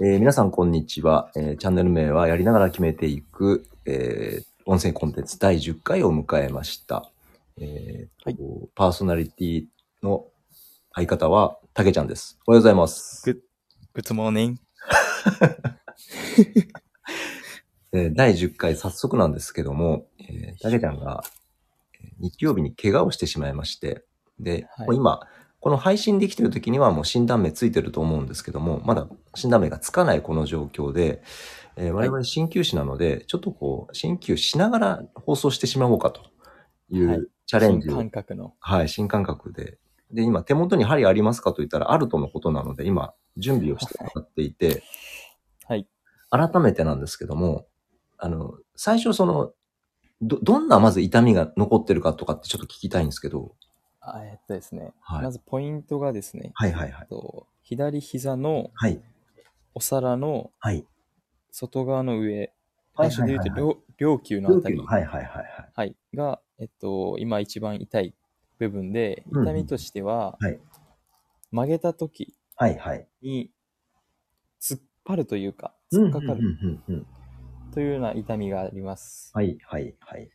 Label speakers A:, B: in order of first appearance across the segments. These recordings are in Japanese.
A: えー皆さん、こんにちは、えーチャンネル名はやりながら決めていく、えー音声コンテンツ第10回を迎えました。えーとパーソナリティの相方は、たけちゃんです。おはようございます。
B: Good morning.
A: えー第10回、早速なんですけども、えーたけちゃんが、えー日曜日に怪我をしてしまいまして、で、
B: はい
A: もう今、この配信できてる時にはもう診断名ついてると思うんですけども、まだ診断名がつかないこの状況で、えー我々鍼灸師なので、ちょっとこう、鍼灸しながら放送してしまおうかとい
B: はいう
A: チャレンジを、
B: 新
A: はい、
B: 感覚の。
A: 新感覚で。で、今手元に針ありますかと言ったらあるとのことなので、今準備をしてもらっていて、
B: はい。
A: 改めてなんですけども、あの、最初その、ど、どんなまず痛みが残ってるかとかってちょっと聞きたいんですけど、
B: あえっとですね、
A: はい
B: まずポイントがですね、
A: はいはいはい。
B: と左膝の
A: はい。
B: お皿の
A: はい。
B: 外側の上、
A: はい
B: 最初で言うと
A: はいはい
B: 両両球のあたり、
A: はいはいはいはい。
B: はい、が、えっと、今一番痛い部分で、
A: うんうん
B: 痛みとしては、
A: はい
B: 曲げた時
A: はいはい。
B: に突っ張るというか、
A: うん
B: 突っかか
A: うん
B: る
A: うんうん。
B: というような痛みがあります。
A: はいはいはい。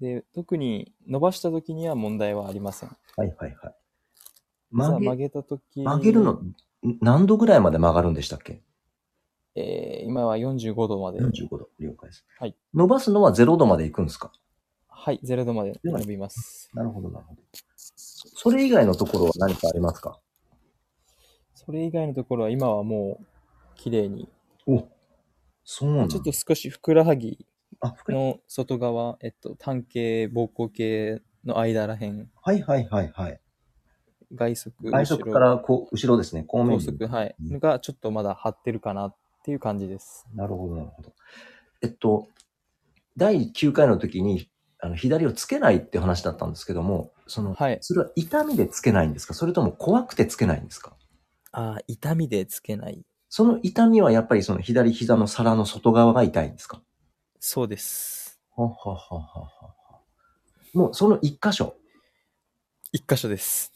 B: で特に伸ばした時には問題はありません。
A: はいはいはい。
B: 膝
A: 曲
B: 曲
A: げ、
B: げた時に
A: 曲げるの、ん何度ぐらいまで曲がるんでしたっけ
B: えー今は45度まで、
A: ?45 度。了解です。
B: はい。
A: 伸ばすのは0度までいくんですか
B: はい、0度まで伸びます。
A: なるほどなるほど。それ以外のところは何かありますか
B: それ以外のところは今はもう綺麗に、
A: お、そうなんだ
B: ちょっと少しふくらはぎ
A: あ、ふくら
B: の外側、えっと、単形、膀胱系の間らへん、
A: はいはいはいはい。
B: 外側、
A: 外側からこう後ろですね、後面
B: 高
A: に
B: 速、はい、
A: うん
B: がちょっとまだ張ってるかなっていう感じです。
A: なるほど、なるほど。えっと、第9回の時に、あの左をつけないって話だったんですけども、その、
B: はい。
A: それは痛みでつけないんですかそれとも怖くてつけないんですか
B: ああ、痛みでつけない。
A: その痛みはやっぱりその左膝の皿の外側が痛いんですか
B: そうです。
A: ははははは。もうその一箇所。
B: 一箇所です。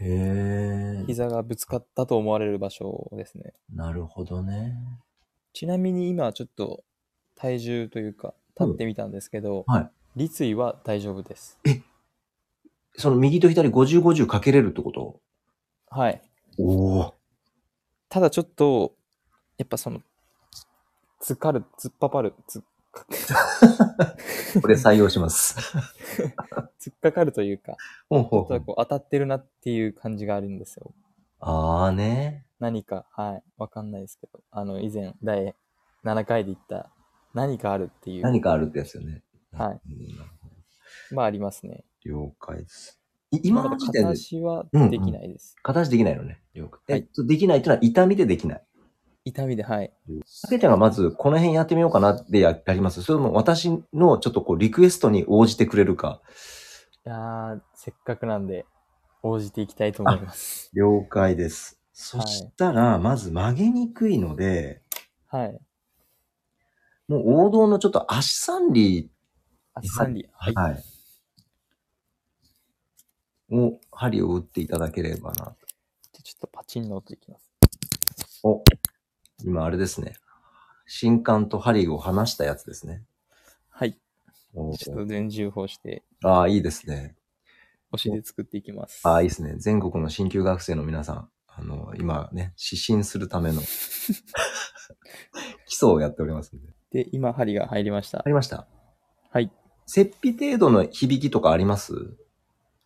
A: へえ。
B: 膝がぶつかったと思われる場所ですね。
A: なるほどね。
B: ちなみに今ちょっと体重というか立ってみたんですけど、
A: うんはい
B: 立位は大丈夫です。
A: その右と左50、50かけれるってこと
B: はい。
A: おお。
B: ただちょっと、やっぱその、つかる、つっぱぱる、つっか
A: これ採用します。
B: つっかかるというか、
A: ほう
B: ち
A: ほう
B: ょっ
A: ほ
B: と
A: う
B: こう当たってるなっていう感じがあるんですよ。
A: ああね。
B: 何か、はい、わかんないですけど、あの、以前、第7回で言った、何かあるっていう、
A: 何かあるってやつよね。
B: はい
A: うん
B: まあありますね。
A: 了解です。い今の時点
B: 片
A: で
B: 足は
A: うん
B: できないです。
A: 片足できないのね。了解。
B: はい
A: えっと、できないっていうのは痛みでできない。
B: 痛みで、はい。
A: さけちゃんがまずこの辺やってみようかなってややります。それとも私のちょっとこうリクエストに応じてくれるか。
B: いやーせっかくなんで、応じていきたいと思います。
A: 了解です。そ
B: はい
A: したら、まず曲げにくいので、
B: はい。
A: もう王道のちょっと足三里、
B: あ、サンディ、はい。
A: はい。を、針を打っていただければな。
B: じゃあちょっとパチンの音いきます。
A: お、今あれですね。新刊と針を離したやつですね。
B: はい。
A: お
B: ちょっと全重砲して、
A: ああ、いいですね。
B: お尻で作っていきます。
A: ああ、いいですね。全国の新旧学生の皆さん、あの、今ね、指針するた めの基礎をやっておりますので。
B: で、今、針が入りました
A: あ。りました。
B: はい。
A: 切皮程度の響きとかあります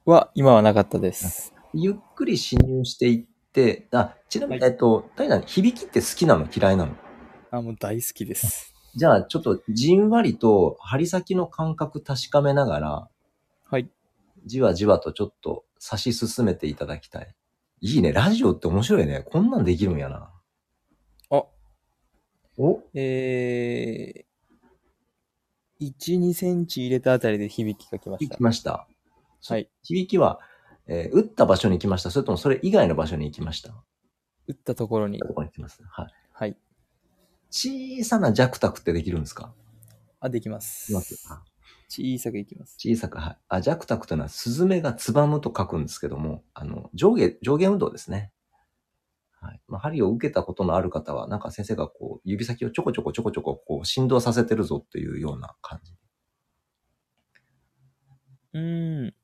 B: は、今はなかったです。
A: ゆっくり侵入していって、あ、ちなみに、
B: は
A: えっと、大な響きって好きなの嫌いなの
B: あ、もう大好きです。
A: じゃあ、ちょっとじんわりと針先の感覚確かめながら、
B: はい。
A: じわじわとちょっと差し進めていただきたい。いいね。ラジオって面白いね。こんなんできるんやな。
B: あ、
A: お
B: えー、1、2センチ入れたあたりで響きが来まし
A: 行
B: た
A: き。ました。
B: はい。
A: 響きは、えー打った場所に行きました。それともそれ以外の場所に行きました。打っ
B: 打ったところに
A: た。ところに行きます。はい。
B: はい。
A: 小さな弱卓ってできるんですか
B: あ、できます。
A: います。あ
B: 小さくいきます。
A: 小さく、はい。あ、弱卓というのは、スズメがつばむと書くんですけども、あの、上下、上下運動ですね。はいまあ、針を受けたことのある方は、なんか先生がこう、指先をちょこちょこちょこちょこ、こう、振動させてるぞというような感じ。
B: うーん、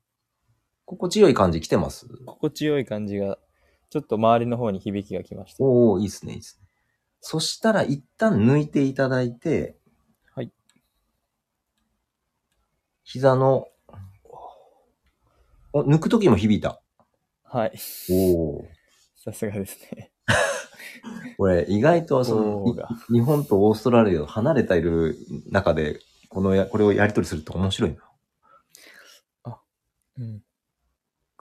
A: 心地よい感じ来てます
B: 心地よい感じが、ちょっと周りの方に響きがきました。
A: おおいいですね、いいですね。そしたら一旦抜いていただいて、
B: はい。
A: 膝の、お抜くときも響いた。
B: はい。
A: おお。
B: さすがですね。
A: これ、意外とそ
B: おー
A: の
B: が、
A: い日本とオーストラリアを離れている中で、このや、これをやり取りすると面白いな。
B: うん。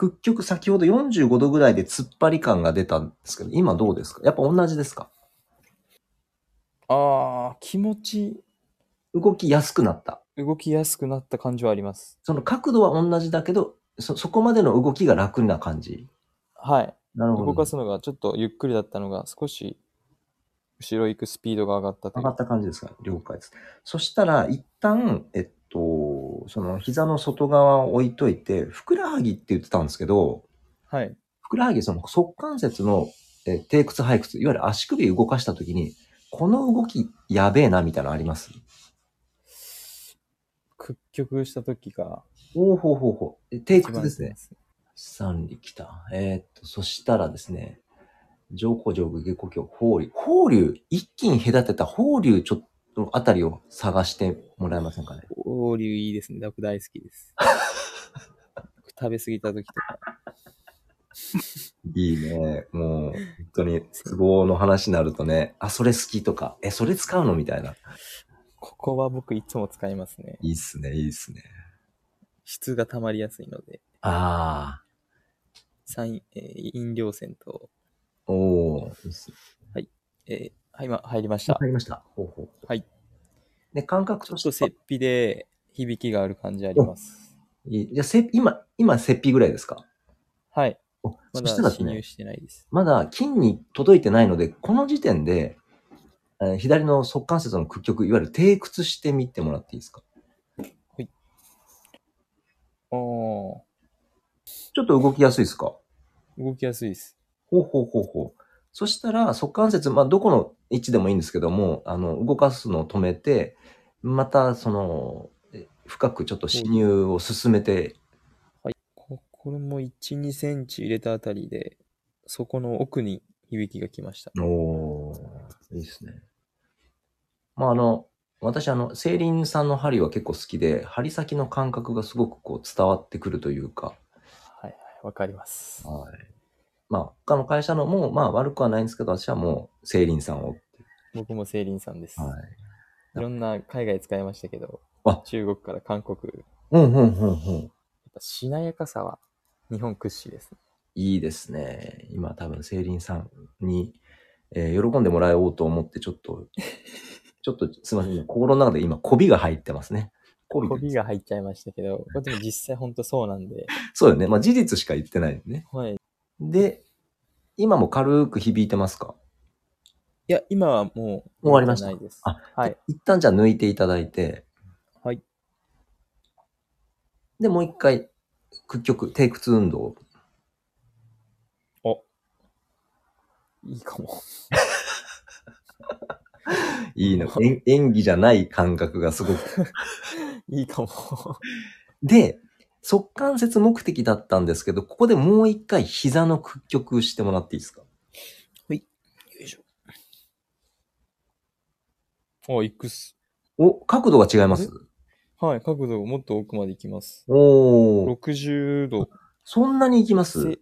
A: 結局先ほど45度ぐらいで突っ張り感が出たんですけど、今どうですかやっぱ同じですか
B: ああ、気持ち、
A: 動きやすくなった。
B: 動きやすくなった感じはあります。
A: その角度は同じだけど、そ、そこまでの動きが楽な感じ。
B: はい。
A: なるほど。
B: 動かすのがちょっとゆっくりだったのが、少し、後ろ行くスピードが上がったと
A: 上
B: いう
A: がった感じですか了解です。そしたら、一旦、えっと、その膝の外側を置いといて、ふくらはぎって言ってたんですけど、
B: はい。
A: ふくらはぎ、その足関節の、えー低屈背屈、いわゆる足首動かしたときに、この動きやべえな、みたいなのあります
B: 屈曲した時が
A: おおほうほうほう。え低
B: 一
A: 屈
B: 番
A: ですね。三里来た。えーっと、そしたらですね、上古上部下古鏡、法流。法流、一気に隔てた法流ちょっとあたりを探してもらえませんかね。
B: オーリュいいですね。僕大好きです。食べ過ぎた時とか。
A: いいね。もう、本当に、都合の話になるとね、あ、それ好きとか、え、それ使うのみたいな。
B: ここは僕いつも使いますね。
A: いいっすね、いいっすね。
B: 質が溜まりやすいので。
A: あ
B: 酸、えー飲料泉と、
A: あ、おお、いいっすね。
B: えーはい、今入りました
A: わ。かりました。ほうほう。
B: はい。
A: で、感覚
B: ち
A: と
B: ょっ
A: して
B: と
A: は。
B: 雪皮で響きがある感じあります。
A: いいじゃあせ、今、今、せっぴぐらいですか
B: はい。
A: お
B: ま
A: そしたら
B: だ
A: です
B: 侵入
A: ね、
B: してないです。
A: まだ筋に届いてないので、この時点で、えー左の側関節の屈曲、いわゆる低屈してみてもらっていいですか
B: おー、
A: ちょっと動きやすいですか
B: 動きやすいです。
A: ほうほうほうほう。そしたら、足関節、まあ、どこの位置でもいいんですけども、あの、動かすのを止めて、また、その、え深くちょっと侵入を進めて、
B: ここれも1、2センチ入れたあたりで、そこの奥に響きが来ました。
A: おー、いいですね。まあ、あの、私、あの、セイリンさんの針は結構好きで、針先の感覚がすごくこう伝わってくるというか、
B: はいはい、わかります。
A: はい。まあ、他の会社のも、まあ、悪くはないんですけど、私はもう、セイリンさんを。
B: 僕もセイリンさんです。
A: はい。
B: いろんな海外使いましたけど
A: あ、
B: 中国から韓国、やっ
A: うん、うん、うん、うん。
B: ぱしなやかさは日本屈指ですね。
A: いいですね。今多分、セイリンさんに、えー喜んでもらおうと思って、ちょっ と、ちょっとすみません、今心の中で今、こびが入ってますね。こび
B: コビが入っちゃいましたけど、これでも実際本当そうなんで、
A: そうよね。まあ、事実しか言ってないよね。
B: はい。い
A: で、今も軽く響いてますか
B: や、今はもう、
A: 終わりました
B: ないです。
A: あ
B: はい。
A: 一旦じゃあ抜いていただいて、
B: はい。
A: で、もう一回、屈曲、低屈運動。
B: いいかも。
A: いいの。演演技じゃない感覚がすごく
B: いいかも。
A: で、速関節目的だったんですけど、ここでもう一回膝の屈曲してもらっていいですか
B: よいしょ。お、行くっす。
A: お、角度が違います
B: はい、角度をもっと奥まで行きます。
A: おお、
B: 60度。
A: そんなに行きます
B: せ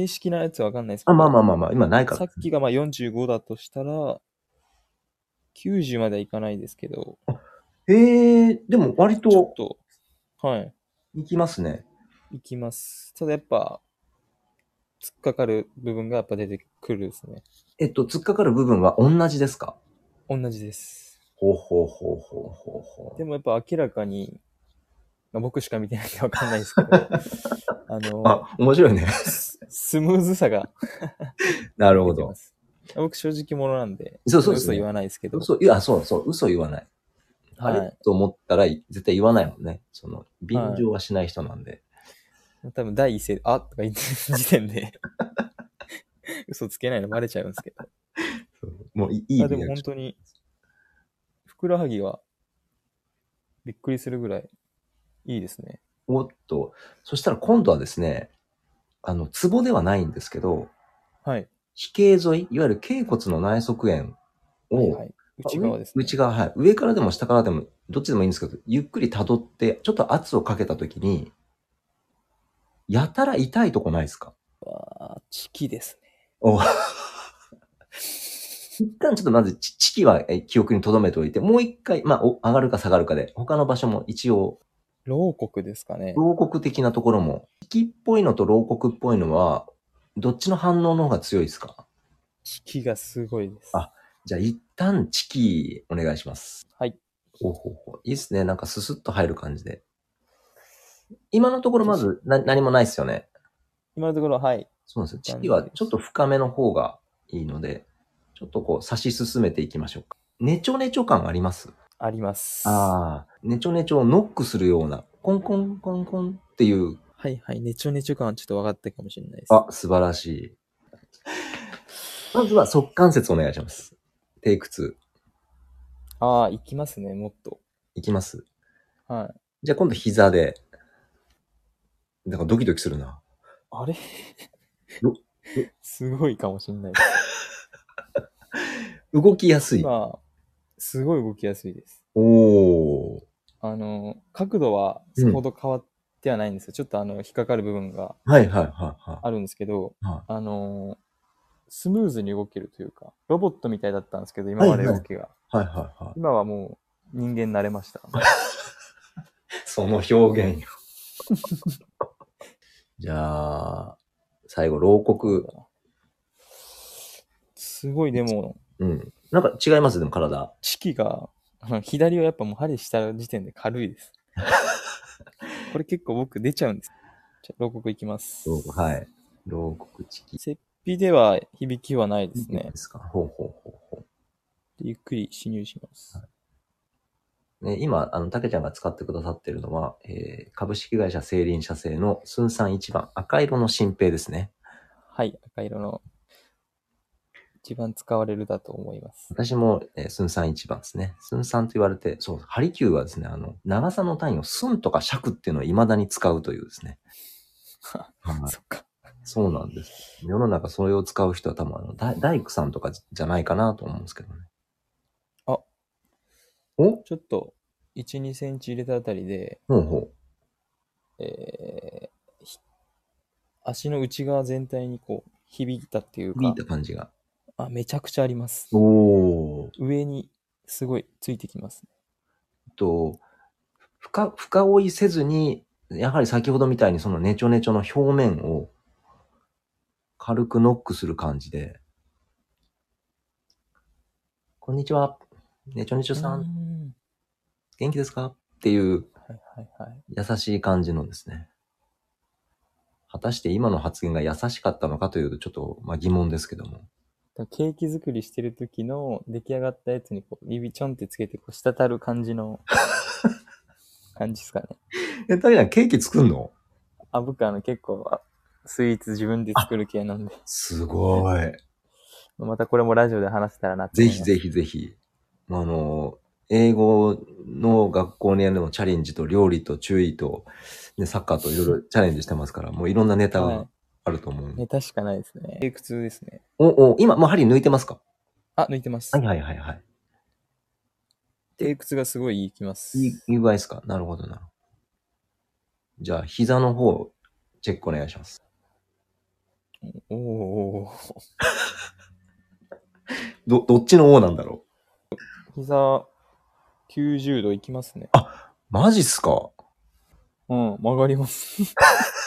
B: 正式なやつわかんないですけど
A: あ、まあまあまあまあ、今ないか
B: さっ
A: ら。
B: きがまあ45だとしたら、90まではいかないですけど、
A: へえ、でも割
B: ちょ
A: と
B: っと、はい、
A: 行きますね。
B: いきます。ただやっぱ、突っかかる部分がやっぱ出てくるですね。
A: えっと、突っかかる部分は同じですか
B: 同じです。
A: ほうほうほうほうほうほ
B: でもやっぱ明らかに、まあ、僕しか見てないんでわかんないです けど、あの、
A: あ、面 白いね。
B: ススムーズさが
A: なるほ
B: 出て
A: ど
B: ま。す。僕正直者なんで、
A: そうそうです
B: 嘘
A: ね
B: 言わないですけど、
A: 嘘、いや、そうそう、嘘言わない。
B: は
A: あれ
B: い。
A: と思ったら絶対言わないもんね。その、便乗はしない人なんで。
B: 多分第一声、あとか言ってる時点で、嘘つけないのバレちゃうんですけど。
A: そうもういいい
B: あ
A: リアク
B: でも本
A: ション
B: 当に、ふくらはぎはびっくりするぐらいいいですね。
A: おっと。そしたら今度はですね、あの、ツボではないんですけど、
B: はい。
A: 飛型沿い、いわゆる脛骨の内側縁
B: はい
A: を、
B: はい、内側です、ね。
A: 内側、はい。上からでも下からでも、どっちでもいいんですけど、ゆっくり辿って、ちょっと圧をかけたときに、やたら痛いとこないですか
B: あーチキですね。
A: お 一旦ちょっとまずち、チキはえ記憶に留めておいて、もう一回、まあ、お上がるか下がるかで、他の場所も一応、
B: 牢獄ですかね。
A: 牢獄的なところも、チキっぽいのと牢獄っぽいのは、どっちの反応の方が強いですか
B: チキがすごいです。
A: あじゃあ一旦チキお願いします。
B: はい。
A: ほうほうほういいですね。なんかススッと入る感じで。今のところまずな何もないですよね。
B: 今のところ、はい。
A: そうなんですよ。チキはちょっと深めの方がいいので、ちょっとこう差し進めていきましょうか。ねちょねちょ感あります
B: あります。
A: ああ、ねちょねちょをノックするような、コンコンコンコンっていう、
B: はいはい。ねちょねちょ感はちょっと分かったかもしれないです。
A: あ、素晴らしい。まずは側関節お願いします。テイク2。
B: ああ、行きますね、もっと。
A: いきます。
B: はい。
A: じゃあ今度膝で。なんかドキドキするな。
B: あれ
A: よ
B: すごいかもしれないです。
A: 動きやすい。
B: 今、すごい動きやすいです。
A: おお
B: あの、角度はそほど変わってはないんですよ。ちょっとあの、引っかかる部分が
A: ー。はいはいはいは
B: あるんですけど、
A: は
B: あの、スムーズに動けるというか、ロボットみたいだったんですけど、今まで動きが。
A: い。はいはいは
B: 今はもう人間になれました。
A: い。その表現よ。 じゃあ、最後、牢獄。
B: すごい、でも、
A: うん。なんか違いますでも体。
B: チキが、あの左はやっぱもう針した時点で軽いです。これ結構僕出ちゃうんです。じゃあ、牢獄いきます。
A: 牢獄。はい。牢獄チキ。
B: 切皮では響きはないですね
A: で。すか。ほうほうほうほ
B: ゆっくり侵入します。
A: う。ね、今、あの、たけちゃんが使ってくださってるのは、えー、株式会社成林社製のスンさん1番、赤色の新兵ですね。
B: はい、赤色の。一番使われるだと思います。
A: 私も、えー、スンさん一番ですね。スンさんと言われて、そう、ハリキューはですね、あの、長さの単位をスンとか尺っていうのを未だに使うというですね。 はい
B: そっか。
A: そうなんです。世の中それを使う人は多分あのだ、大工さんとかじゃないかなと思うんですけどね。
B: あ
A: お
B: ちょっと、1、2センチ入れたあたりで、
A: ほうほう。
B: えーひ足の内側全体にこう、響いたっていう
A: 見
B: か
A: た、感じが。
B: あ、めちゃくちゃあります。
A: おー。
B: 上にすごいついてきます。
A: えっと、深、深追いせずに、やはり先ほどみたいにそのネチョネチョの表面を軽くノックする感じで、こんにちは。ネチョネチョさ
B: うー
A: ん、
B: ん
A: 元気ですかっていう
B: はいはいはい。
A: 優しい感じのですね。果たして今の発言が優しかったのかというとちょっと、まあ、疑問ですけども。
B: でもケーキ作りしてる時の出来上がったやつにこう指ちょんってつけてこう滴る感 じの感じですかね。
A: え、だけどケーキ作んの
B: あ、僕あの結構あスイーツ自分で作る系なんで、
A: すごい。
B: またこれもラジオで話せたらなって
A: ぜ
B: 思います
A: ひぜひぜひ。あの、英語の学校にあるのチャレンジと料理と注意と、ね、サッカーといろいろチャレンジしてますから、もういろんなネタ
B: は
A: が
B: い
A: あると思うんで。
B: ネタしかないですね。テイク2ですね。
A: お、お、今、もう針抜いてますか
B: あ、抜いてます。
A: はいはいはいはい。
B: テイク2がすごいいきます。
A: いい、いい具合ですかなるほどなるほど。じゃあ、膝の方、チェックお願いします。
B: おおー。
A: ど、どっちの王なんだろう
B: 膝90度いきますね。
A: マジっすか
B: うん、曲がります。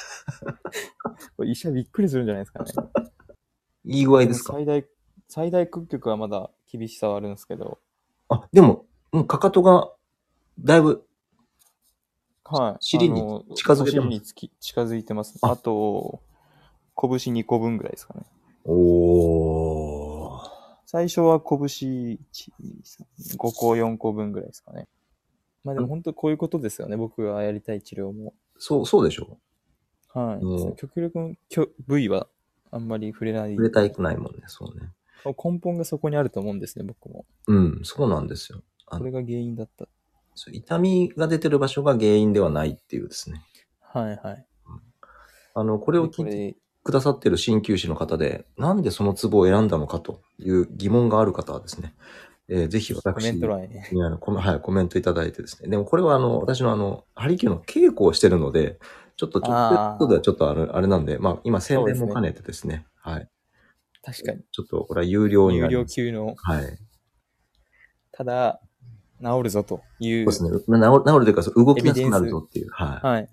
B: これ医者びっくりするんじゃないですかね。
A: いい具合ですか
B: 最大、最大屈曲はまだ厳しさはあるんですけど、
A: あ、でも、うん、かかとが、だいぶ、
B: はい。
A: 尻に
B: あの
A: 近づけてます
B: お尻につき近づいてます。
A: あ
B: あと、拳2個分ぐらいですかね。
A: おー。
B: 最初は拳1、2、3、5個、4個分ぐらいですかね。まあでも本当こういうことですよね。僕がやりたい治療も。
A: そう、そうでしょ
B: はい。
A: うん
B: 極力きょ部位はあんまり触れない。
A: 触れたくないもんね、そうね。
B: 根本がそこにあると思うんですね、僕も。
A: うん、そうなんですよ。あ
B: これが原因だった。
A: そう痛みが出てる場所が原因ではないっていうですね。
B: はいはい。
A: あの、こ
B: こ
A: れを聞いてくださってる鍼灸師の方で、なんでそのツボを選んだのかという疑問がある方はですね、えーぜひ私
B: コメント欄に。
A: にあのコメはい、コメントいただいてですね。でもこれはあの、私のあの、ハリキューの稽古をしてるので、ちょっと
B: あ
A: 直
B: ー
A: 接ではちょっとあれあれなんで、まあ今宣伝
B: そうです
A: も
B: ね
A: 兼ねてですね、はい。
B: 確かに。
A: ちょっとこれは有料にな
B: 有
A: り
B: 料
A: ます。
B: 級の、
A: はい。そう
B: ただ、治るぞという、
A: ですね。まあ治る治るというか、そう動きやす
B: エ
A: く
B: ビデンス
A: なるぞっていう。はい。
B: はい。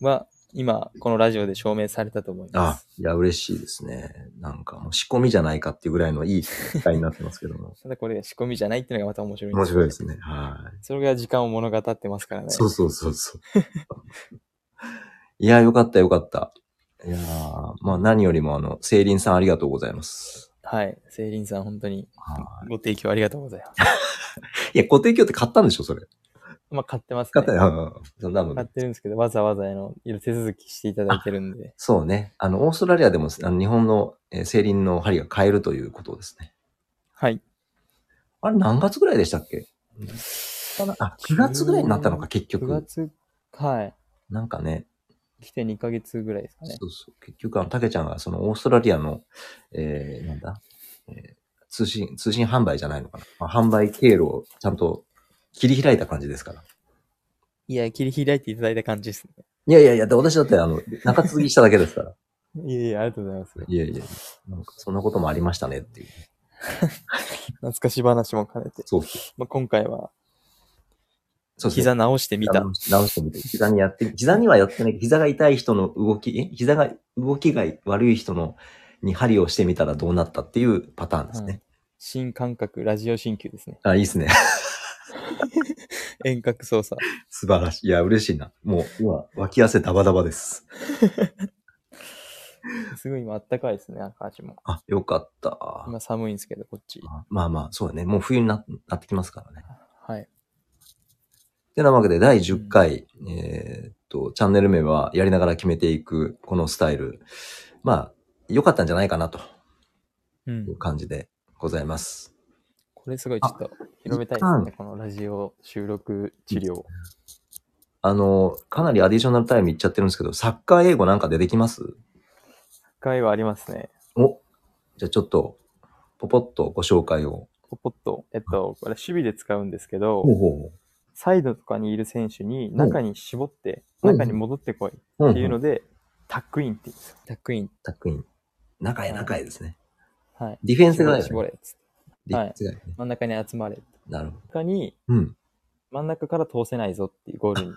B: は、今、このラジオで証明されたと思いま
A: あ
B: す。、。
A: いや、嬉しいですね。なんかもう仕込みじゃないかっていうぐらいのいい機会になってますけども
B: ただこれ仕込みじゃないっていうのがまた面白いん。
A: 面白いですすね。はい。
B: それが時間を物語ってますからね。
A: そうそうそうそう。いや、よかったよかった。いやーまあ何よりもあの、セイリンさんありがとうございます。
B: はい。セイリンさん、本当に
A: は
B: ご提供ありがとうございます。
A: い。いや、固定鏡って買ったんでしょ、それ。
B: まあ、買ってます
A: 買
B: ね
A: った。よ。うんなの
B: 買っ
A: で。
B: てるんですけど、わざわざあのいろいろ手続きしていただいてるんで、
A: そうね。あの、オーストラリアでも、あの日本の、えー、セイリンの針が買えるということですね。
B: はい。
A: あれ何月ぐらいでしたっけあ、9月ぐらいになったのか、結
B: 9
A: 局。
B: 月、はい。
A: なんかね、
B: 来て2ヶ月ぐらいですかね。
A: そうそう。結局、あの、たけちゃんが、その、オーストラリアの、えー、なんだ、えー通信、通信販売じゃないのかな。まあ、販売経路をちゃんと切り開いた感じですから。
B: いや、切り開いていただいた感じです
A: いやいやいや、で私だって、あの、中継ぎしただけですから。
B: ね。いやいや、ありがとうございます。
A: いやいやいや、なんか、そんなこともありましたねっていう。
B: 懐かし話も兼ねて。
A: そうそう。
B: まあ、今回は、
A: そうですね
B: 膝直してみた。
A: 直し直してみて。膝にやって、膝にはやってない。膝が痛い人の動き、え膝が、動きが悪い人の、に針をしてみたらどうなったっていうパターンです
B: はい
A: ね。
B: 新感覚、ラジオ新旧ですね。
A: あ、いいですね。
B: 遠隔操作。
A: 素晴らしい。いや、嬉しいな。もう、今、脇汗ダバダバです。
B: すごい今あったかいですね、赤足も。
A: あ、よかった。ま
B: 今寒いんですけど、こっち。
A: あ、まあまあ、そうだね。もう冬にななってきますからね。
B: はい。
A: てなわけで、第10回、えーっと、チャンネル名はやりながら決めていく、このスタイル。まあ、良かったんじゃないかなと
B: うん
A: い。う感じでございます。
B: これすごいちょっと広めたいですね、このラジオ収録治療。
A: あの、かなりアディショナルタイムいっちゃってるんですけど、サッカー英語なんか出てきます
B: 回はありますね。
A: おじゃあちょっと、ポポッとご紹介を。
B: ポポッと、えっと、これ守備で使うんですけど、
A: うほ
B: サイドとかにいる選手に
A: ん
B: 中に絞って、
A: うん
B: 中に戻ってこいっ
A: う。
B: ていうの
A: ん
B: で、タックインって言うんですよ。タックイン。
A: タックイン。中へ中へですね。
B: はい。
A: ディフェンスがない、ね。
B: 絞れっつって。
A: ディフェンスがないね。
B: 真ん中に集まれ。
A: なるほ
B: 他に、
A: ど。うん。
B: 真ん中から通せないぞっていうゴールに、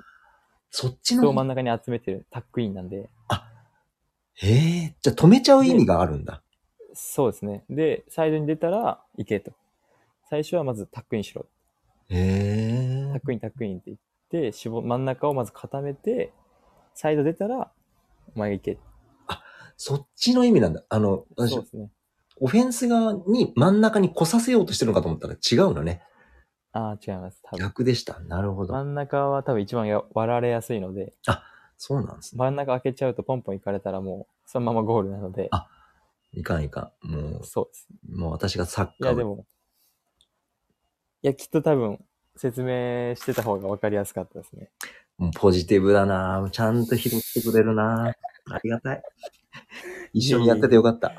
A: そっち
B: 人を
A: の。
B: 真ん中に集めてるタックインなんで、
A: へえ。じゃあ止めちゃう意味があるんだ。
B: そうですね。で、サイドに出たら、行けと。最初はまずタックインしろ。
A: へえ
B: タッ。クイン、タックインって言って、絞真ん中をまず固めて、サイド出たら、お前が行け。
A: そっちの意味なんだ。あの、私
B: そう、ですね。
A: オフェンス側に真ん中に来させようとしてるのかと思ったら違うのね。
B: ああ、違います。多分
A: 逆でした。なるほど。
B: 真ん中は多分一番や割られやすいので、
A: そうなんですね。
B: 真ん中開けちゃうとポンポン行かれたらもう、そのままゴールなので
A: あ、いかんいかん。も
B: そうです。
A: う、もう私がサッ
B: い
A: カー
B: や、
A: を
B: でも、いや、きっと多分、説明してた方が分かりやすかったですね。
A: もうポジティブだなぁちゃんと拾ってくれるなぁありがた い。一緒にやっててよかった。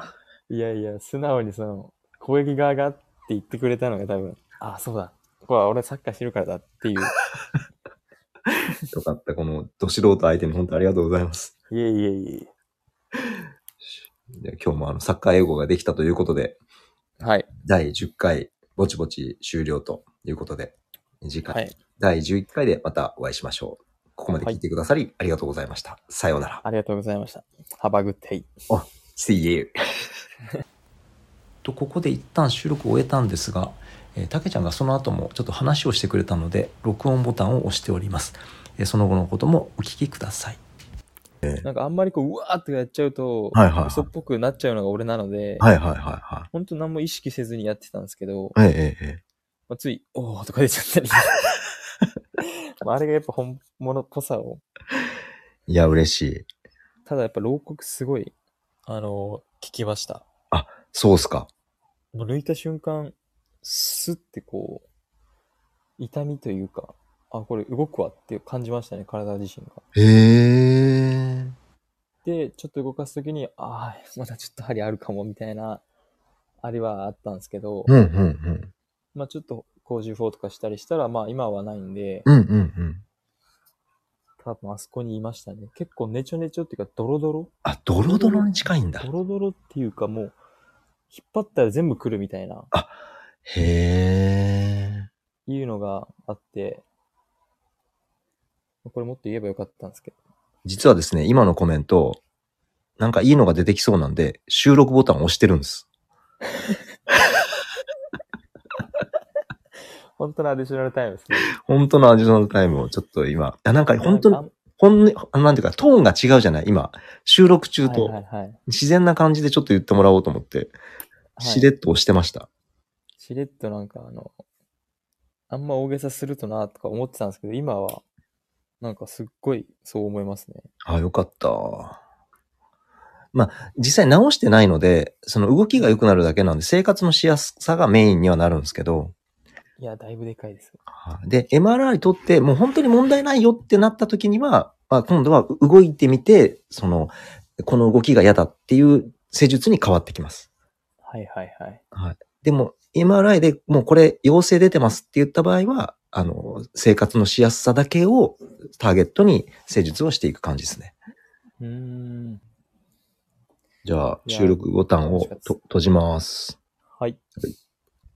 B: いやいや、素直にその、攻撃側がって言ってくれたのが多分、ああ、そうだ。これは俺サッカーしてるからだって いう。
A: よかった。この、ど素人相手に本当ありがとうございます。
B: いえいえい
A: で今日もあの、サッカー英語ができたということで、
B: え。はい。
A: 第10回、ぼちぼち終了ということで、次回、
B: はい。
A: 第11回でまたお会いしましょう。ここまで聞いてくださり、ありがとうございました。さようなら。
B: ありがとうございました。Have a good day.
A: See you. と、ここで一旦収録を終えたんですが、えーたけちゃんがその後もちょっと話をしてくれたので、録音ボタンを押しております。えーその後のこともお聞きください。
B: なんかあんまりこう、うわーってやっちゃうと、
A: はいはいはい
B: 嘘っぽくなっちゃうのが俺なので、
A: はいはいはいは
B: 本当何も意識せずにやってたんですけど、
A: い。ええええ。
B: まあ、つい、おーとか出ち ゃったり。まあ、あれがやっぱ本物っぽさを。
A: いや、嬉しい。
B: ただやっぱ牢獄すごい、あの、聞きました。
A: そうっすか。
B: もう抜いた瞬間、スッてこう、痛みというか、あ、これ動くわって感じましたね、体自身が。
A: へえ。
B: で、ちょっと動かすときに、ああ、まだちょっと針あるかも、みたいな、あれはあったんですけど、
A: うんうんうん。
B: まあちょっと、工事4とかしたりしたら、まあ今はないんで、
A: うんうんうん。
B: 多分あそこにいましたね。結構ネチョネチョっていうか、ドロドロ
A: あ、ドロドロに近いんだ
B: ド。ロドロっていうかもう、引っ張ったら全部来るみたいな、
A: へえ。
B: いうのがあって、これもっと言えばよかったんですけど。
A: 実はですね、今のコメント、なんかいいのが出てきそうなんで、収録ボタンを押してるんです。
B: 本当のアディショナルタイムですね。
A: 本当のアディショナルタイムをちょっと今、あなんか本当に
B: あ、
A: ほんの、なんていうか、トーンが違うじゃない今、収録中
B: は
A: と
B: いはいはい
A: 自然な感じでちょっと言ってもらおうと思って、
B: はい
A: しれっと押してました。
B: しれっとなんかあの、あんま大げさするとなとか思ってたんですけど、今は、なんかすっごいそう思いますね。
A: あ、よかった。まあ、実際直してないので、その動きが良くなるだけなんで、生活のしやすさがメインにはなるんですけど、
B: いや、だいぶでかいです。
A: で、MRI 取って、もう本当に問題ないよってなった時には、まあ、今度は動いてみて、その、この動きが嫌だっていう施術に変わってきます。
B: はいはいはい。
A: でも、MRI でもうこれ陽性出てますって言った場合は、あの、生活のしやすさだけをターゲットに施術をしていく感じですね。
B: うーん。
A: じゃあ、
B: いや
A: 収録ボタンをと閉じます。
B: はい。